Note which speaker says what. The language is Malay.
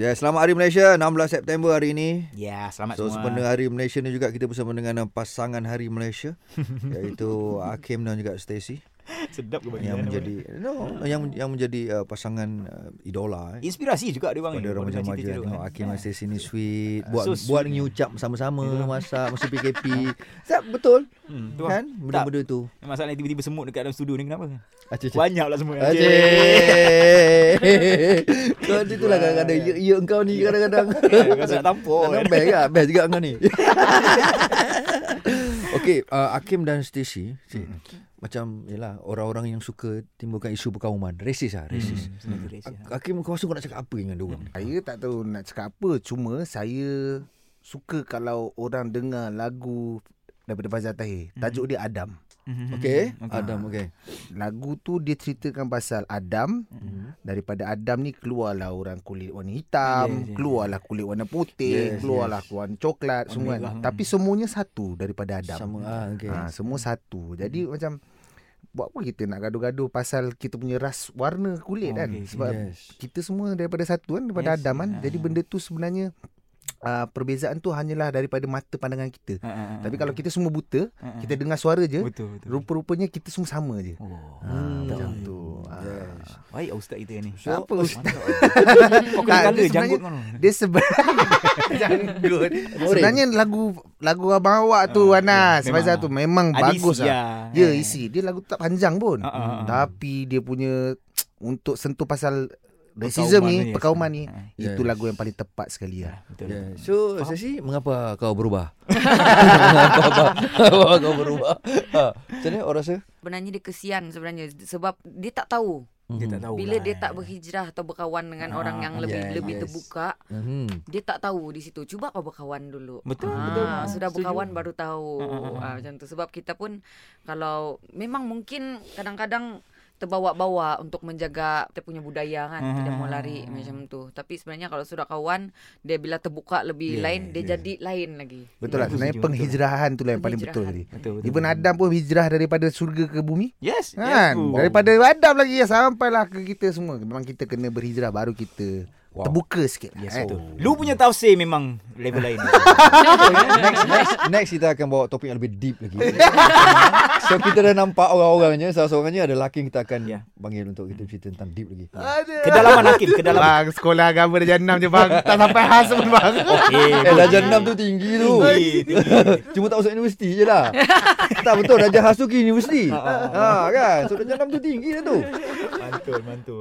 Speaker 1: Ya, yeah, selamat Hari Malaysia 16 September hari ini.
Speaker 2: Ya, selamat
Speaker 1: So
Speaker 2: semua.
Speaker 1: sempena Hari Malaysia ni juga kita bersama dengan uh, pasangan Hari Malaysia iaitu uh, Hakim dan juga Stacy
Speaker 2: sedap ke bagi
Speaker 1: yang
Speaker 2: anda,
Speaker 1: menjadi no yang yang menjadi uh, pasangan uh, idola
Speaker 2: Bang?
Speaker 1: eh.
Speaker 2: inspirasi juga dia bang.
Speaker 1: Pada orang remaja tengok Hakim dan Stacy ni sweet
Speaker 2: Ah,
Speaker 1: buat
Speaker 2: eh. Ya. so
Speaker 1: buat
Speaker 2: sweet.
Speaker 1: ni ucap sama-sama masak masa PKP. Sat, betul
Speaker 2: Hmm, tu kan?
Speaker 1: kan benda-benda tu.
Speaker 2: Masalahnya tiba-tiba semut dekat dalam studio ni kenapa?
Speaker 1: Acik
Speaker 2: Banyak pula semut.
Speaker 1: Acik Kau macam tu lah kadang-kadang Ya, ya engkau ni kadang-kadang
Speaker 2: Kau nak tampol.
Speaker 1: Kadang best kan Best juga engkau ni Okay uh, Hakim dan Stacey Cik, Macam Yelah Orang-orang yang suka Timbulkan isu perkauman Resis lah Resis
Speaker 2: Acik.
Speaker 1: Hakim kau rasa kau nak cakap apa dengan diorang ni
Speaker 3: Saya tak tahu nak cakap apa Cuma saya suka kalau orang dengar lagu daripada Fazal Tahir
Speaker 2: Mhm.
Speaker 3: Tajuk dia Adam
Speaker 1: Okay Adam okay
Speaker 3: Lagu tu dia ceritakan pasal Adam Daripada Adam ni keluarlah orang kulit warna hitam
Speaker 2: Yes, yes.
Speaker 3: Keluarlah kulit warna
Speaker 1: Yes,
Speaker 3: putih Keluarlah warna coklat
Speaker 2: Warna
Speaker 3: semua kan.
Speaker 2: merah.
Speaker 3: Tapi semuanya satu daripada Adam
Speaker 1: Sama ah, okay.
Speaker 3: ha, Semua
Speaker 2: Mhm.
Speaker 3: satu Jadi macam Buat apa kita nak gaduh-gaduh pasal kita punya ras warna kulit
Speaker 2: Oh,
Speaker 3: kan
Speaker 2: okay, okay.
Speaker 3: Sebab
Speaker 1: Yes
Speaker 3: kita semua daripada satu kan daripada
Speaker 2: Yes,
Speaker 3: yes, Adam kan.
Speaker 2: ah.
Speaker 3: Jadi benda tu sebenarnya uh, perbezaan tu hanyalah daripada mata pandangan kita.
Speaker 2: Ha,
Speaker 3: Tapi kalau
Speaker 2: Hmm.
Speaker 3: kita semua buta, kita dengar suara je,
Speaker 2: betul betul.
Speaker 3: rupa-rupanya kita semua sama je.
Speaker 2: Oh.
Speaker 3: Ha, macam tu.
Speaker 2: Hmm.
Speaker 3: Ha.
Speaker 1: Yes
Speaker 2: Baik lah ustaz kita ni.
Speaker 3: So,
Speaker 2: Apa ustaz? Mantap. Kau kena
Speaker 3: Tak, dia
Speaker 2: kala
Speaker 3: sebenarnya-
Speaker 2: janggut kau.
Speaker 3: Dia sebenarnya janggut. Sebenarnya lagu lagu abang awak tu
Speaker 2: Ah,
Speaker 3: Anas
Speaker 2: memang
Speaker 3: Fazal
Speaker 2: ah.
Speaker 3: tu memang bagus lah.
Speaker 2: lah.
Speaker 3: Ya isi Dia lagu tak panjang pun
Speaker 2: Ah, ah, ah.
Speaker 3: Tapi dia punya Untuk sentuh pasal Racism
Speaker 2: yes.
Speaker 3: ni Perkauman ni
Speaker 2: Ah,
Speaker 3: Itu
Speaker 1: Yes.
Speaker 3: lagu yang paling tepat sekali lah
Speaker 2: Betul.
Speaker 1: Yeah.
Speaker 2: betul.
Speaker 1: So, Sasi, mengapa kau berubah? mengapa, mengapa kau berubah? Ha. Macam mana orang rasa?
Speaker 4: Sebenarnya dia kesian sebenarnya sebab dia tak tahu
Speaker 2: Dia tak tahu. lah.
Speaker 4: bila dia tak berhijrah atau berkawan dengan
Speaker 2: ya. Ah,
Speaker 4: orang yang lebih
Speaker 1: yes,
Speaker 4: lebih
Speaker 1: yes.
Speaker 4: terbuka,
Speaker 1: Mhm.
Speaker 4: dia tak tahu di situ. Cuba kau berkawan dulu.
Speaker 2: Betul,
Speaker 4: Ah,
Speaker 2: betul.
Speaker 4: Sudah
Speaker 2: Setuju.
Speaker 4: berkawan baru tahu.
Speaker 2: Ah, ah, ah.
Speaker 4: Ah, macam tu sebab kita pun kalau memang mungkin kadang-kadang terbawa-bawa untuk menjaga kita punya budaya kan
Speaker 2: Ah,
Speaker 4: tidak mau
Speaker 2: ah, ah,
Speaker 4: lari
Speaker 2: ah.
Speaker 4: macam tu tapi sebenarnya kalau sudah kawan dia bila terbuka lebih
Speaker 3: Yeah,
Speaker 4: lain dia
Speaker 3: yeah.
Speaker 4: jadi lain lagi
Speaker 3: Betul lah
Speaker 2: Aku
Speaker 3: sebenarnya
Speaker 2: setuju,
Speaker 3: penghijrahan tu lah yang paling betul
Speaker 4: Penghijrahan.
Speaker 3: tadi.
Speaker 2: Betul betul.
Speaker 3: Even Adam pun hijrah daripada surga ke bumi.
Speaker 2: Yes.
Speaker 3: Kan?
Speaker 2: yes.
Speaker 3: Daripada Adam lagi ya, sampailah ke kita semua. Memang kita kena berhijrah baru kita
Speaker 1: Wow.
Speaker 3: terbuka sikit. lah,
Speaker 2: Yes,
Speaker 3: eh.
Speaker 2: betul.
Speaker 1: Oh.
Speaker 2: Lu punya tafsir memang level lain.
Speaker 1: next, next, next kita akan bawa topik yang lebih deep lagi. so kita dah nampak orang-orangnya, salah seorangnya ada lelaki yang kita akan
Speaker 2: Ya.
Speaker 1: panggil untuk kita cerita tentang deep lagi.
Speaker 3: Aduh.
Speaker 2: Kedalaman hakim, kedalaman.
Speaker 3: Bang, sekolah agama dah jam 6 je bang. Tak sampai khas pun bang.
Speaker 2: Eh,
Speaker 1: Eh, darjah enam tu tinggi tu. Cuma tak masuk universiti je lah. tak ha, betul, darjah khas tu ke universiti. ha, kan? So darjah enam tu tinggi dah tu.
Speaker 2: Mantul, mantul.